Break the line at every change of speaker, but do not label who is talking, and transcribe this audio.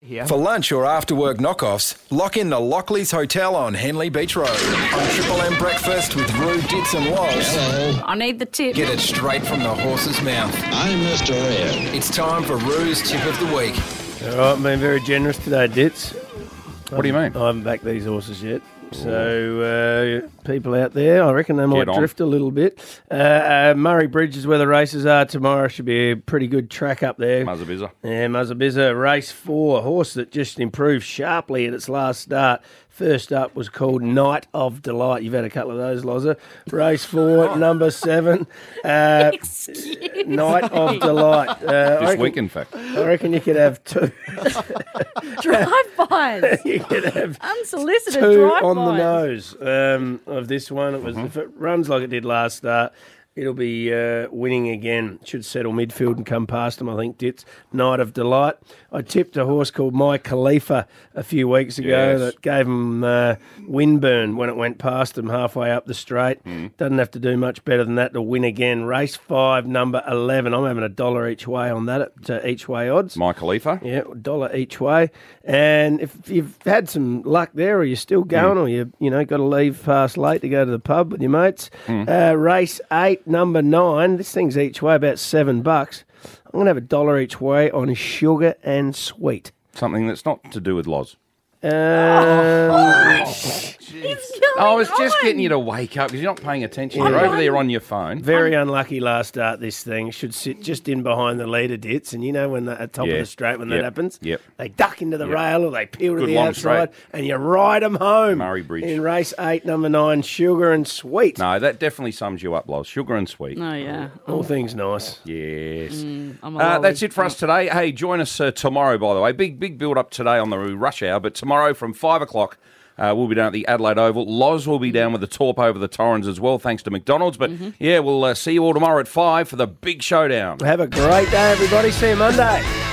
here.
For lunch or after work knockoffs, lock in the Lockleys Hotel on Henley Beach Road. On Triple M Breakfast with Rue, Dits and Woz.
I need the tip.
Get it straight from the horse's mouth.
I'm Mr. Ed.
It's time for Rue's Tip of the Week.
All right, I'm being very generous today, Dits. Um,
What do you mean?
I haven't backed these horses yet. So, uh, people out there, I reckon they might
Get on.
drift a little bit. Uh, uh, Murray Bridge is where the races are tomorrow. Should be a pretty good track up there.
Mazzabiza.
Yeah, Mazzabiza, race four, a horse that just improved sharply at its last start. First up was called Night of Delight. You've had a couple of those, Lozza. Race four, number seven, uh, Night of Delight. Uh, I
This
reckon-
week, in fact.
I reckon you could have two.
Drive-bys.
You could have
Unsolicited
two
drive-bys.
on the nose um, of this one. It was if it runs like it did last start, it'll be uh, winning again. Should settle midfield and come past them. I think Dits Night of Delight. I tipped a horse called My Khalifa a few weeks ago
Yes.
that gave him uh, windburn when it went past him halfway up the straight. Doesn't have to do much better than that to win again. Race five, number eleven. I'm having a dollar each way on that at uh, each way odds.
Mike Khalifa.
Yeah, a dollar each way. And if you've had some luck there, or you're still going, or you you know got to leave past late to go to the pub with your mates, uh, race eight, number nine. This thing's each way about seven bucks. I'm gonna have a dollar each way on sugar and sweet.
Something that's not to do with Loz.
Um,
I was just getting you to wake up because you're not paying attention. You're over there on your phone.
Very unlucky last start. This thing should sit just in behind the leader dits, and you know when the, at top of
Yeah.
the straight when that
Yep.
happens,
Yep.
they duck into the
Yep.
rail or they peel to
Good
the
long
outside, and you ride them home.
Murray Bridge.
in race eight, number nine, Sugar and Sweet.
No, that definitely sums you up, Loz. Sugar and sweet.
No, Oh, yeah.
All things nice.
Yes.
I'm a
Uh,
lolly.
that's it for us today. Hey, join us uh, tomorrow, by the way. Big, big build up today on the rush hour, but tomorrow from five o'clock. Uh, we'll be down at the Adelaide Oval. Loz will be down with the torp over the Torrens as well, thanks to McDonald's. But
Mm-hmm.
yeah, we'll uh, see you all tomorrow at five for the big showdown.
Have a great day, everybody. See you Monday.